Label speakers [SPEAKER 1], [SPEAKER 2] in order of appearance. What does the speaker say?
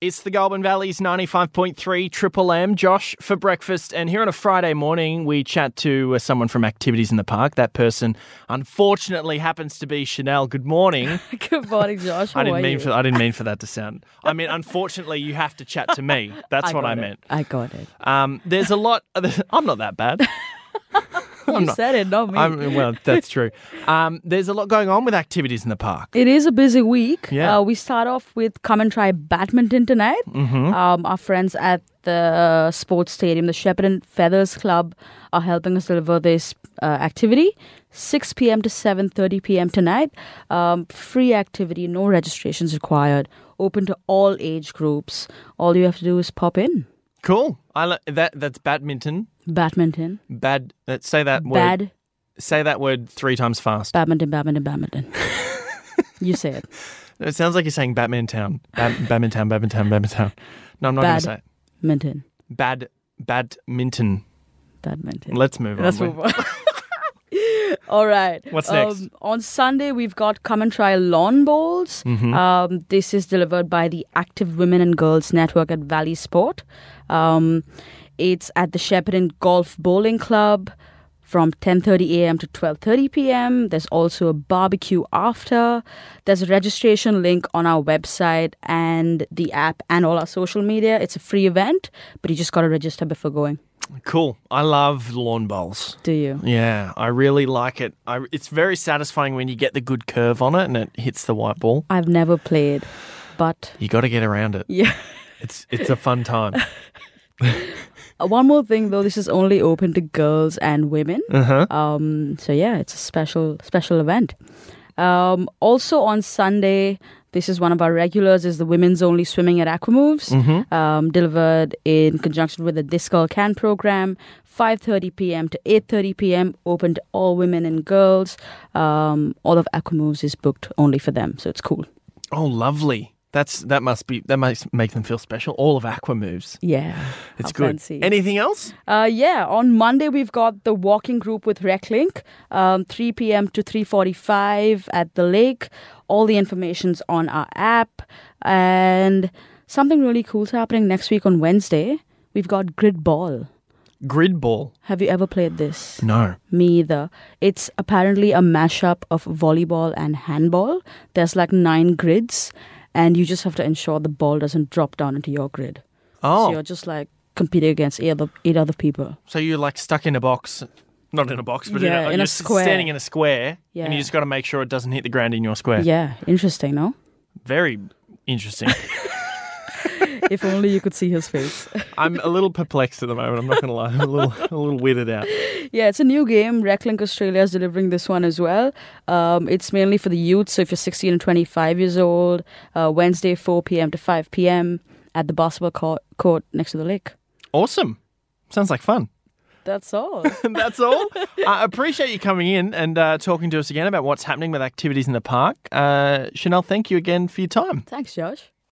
[SPEAKER 1] It's the Goulburn Valley's 95.3 Triple M, Josh, for breakfast. And here on a Friday morning, we chat to uh, someone from Activities in the Park. That person, unfortunately, happens to be Chanel. Good morning.
[SPEAKER 2] Good morning, Josh. How
[SPEAKER 1] I didn't
[SPEAKER 2] are
[SPEAKER 1] mean
[SPEAKER 2] you?
[SPEAKER 1] for I didn't mean for that to sound. I mean, unfortunately, you have to chat to me. That's what
[SPEAKER 2] got
[SPEAKER 1] I
[SPEAKER 2] it.
[SPEAKER 1] meant.
[SPEAKER 2] I got it.
[SPEAKER 1] Um, there's a lot. I'm not that bad.
[SPEAKER 2] you said it, not me.
[SPEAKER 1] I'm, well, that's true. Um, there's a lot going on with activities in the park.
[SPEAKER 2] It is a busy week.
[SPEAKER 1] Yeah.
[SPEAKER 2] Uh, we start off with come and try badminton tonight.
[SPEAKER 1] Mm-hmm.
[SPEAKER 2] Um, our friends at the uh, sports stadium, the Shepherd and Feathers Club, are helping us deliver this uh, activity. 6 p.m. to 7:30 p.m. tonight. Um, free activity, no registrations required. Open to all age groups. All you have to do is pop in.
[SPEAKER 1] Cool. I li- that that's badminton.
[SPEAKER 2] Badminton,
[SPEAKER 1] Bad. uh, Say that word.
[SPEAKER 2] bad,
[SPEAKER 1] Say that word three times fast.
[SPEAKER 2] badminton, badminton, badminton. you say it.
[SPEAKER 1] It sounds like you're saying Batman Town. Bad, badminton. Badminton. Badminton. No, I'm not going to say
[SPEAKER 2] Bad.
[SPEAKER 1] it.
[SPEAKER 2] Minton,
[SPEAKER 1] Bad. Badminton.
[SPEAKER 2] badminton.
[SPEAKER 1] Let's move
[SPEAKER 2] Let's
[SPEAKER 1] on.
[SPEAKER 2] move on. All right. Um,
[SPEAKER 1] What's next?
[SPEAKER 2] on Sunday, we've got Come and Try Lawn Bowls.
[SPEAKER 1] Mm-hmm. Hmm?
[SPEAKER 2] Um, this is delivered by the Active Women and Girls Network at Valley Sport. Um, it's at the Shepparton Golf Bowling Club from 10.30 a.m. to 12.30 p.m. There's also a barbecue after. There's a registration link on our website and the app and all our social media. It's a free event, but you just got to register before going.
[SPEAKER 1] Cool. I love lawn bowls.
[SPEAKER 2] Do you?
[SPEAKER 1] Yeah, I really like it. I, it's very satisfying when you get the good curve on it and it hits the white ball.
[SPEAKER 2] I've never played, but
[SPEAKER 1] You got to get around it.
[SPEAKER 2] yeah.
[SPEAKER 1] It's it's a fun time.
[SPEAKER 2] Uh, One more thing though, this is only open to girls and women.
[SPEAKER 1] Uh-huh.
[SPEAKER 2] Um, so yeah, it's a special special event. Um, also on Sunday, this is one of our regulars is the women's only swimming at Aquamoves, um, delivered in conjunction with the This Girl Can program. 5:30 p.m. to 8:30 p.m. open to all women and girls. Um, all of Aquamoves is booked only for them, so it's cool.
[SPEAKER 1] Oh, lovely. That's that must be that must make them feel special. All of Aqua moves.
[SPEAKER 2] Yeah,
[SPEAKER 1] It's
[SPEAKER 2] how
[SPEAKER 1] good.
[SPEAKER 2] fancy.
[SPEAKER 1] Anything else?
[SPEAKER 2] Uh, yeah, on Monday we've got the walking group with RecLink, um, 3 p.m. to 3:45 at the lake. All the information's on our app, and something really cool's happening next week on Wednesday. We've got grid ball.
[SPEAKER 1] Grid ball.
[SPEAKER 2] Have you ever played this?
[SPEAKER 1] No.
[SPEAKER 2] Me either. It's apparently a mashup of volleyball and handball. There's like nine grids, and you just have to ensure the ball doesn't drop down into your grid. So
[SPEAKER 1] Oh,
[SPEAKER 2] you're just like competing against eight other, eight other people.
[SPEAKER 1] so you're like stuck in a box, not in a box, but
[SPEAKER 2] Yeah,
[SPEAKER 1] in a,
[SPEAKER 2] in a
[SPEAKER 1] you're s-
[SPEAKER 2] square.
[SPEAKER 1] standing in a square, and
[SPEAKER 2] Yeah.
[SPEAKER 1] you just got to make sure it doesn't hit the ground in your square.
[SPEAKER 2] Yeah, interesting, no?
[SPEAKER 1] Very interesting.
[SPEAKER 2] if only you could see his face.
[SPEAKER 1] I'm a little perplexed at the moment. I'm not going to lie. I'm a little a little weirded out.
[SPEAKER 2] yeah, it's a new game. Recklink Australia is delivering this one as well. Um, it's mainly for the youth. So if you're 16 and 25 years old, uh, Wednesday 4 p.m. to 5 p.m. at the basketball court, court next to the lake.
[SPEAKER 1] Awesome. Sounds like fun.
[SPEAKER 2] That's all.
[SPEAKER 1] And that's all. I appreciate you coming in and uh, talking to us again about what's happening with activities in the park. Uh, Chanel, thank you again for your time.
[SPEAKER 2] Thanks, Josh.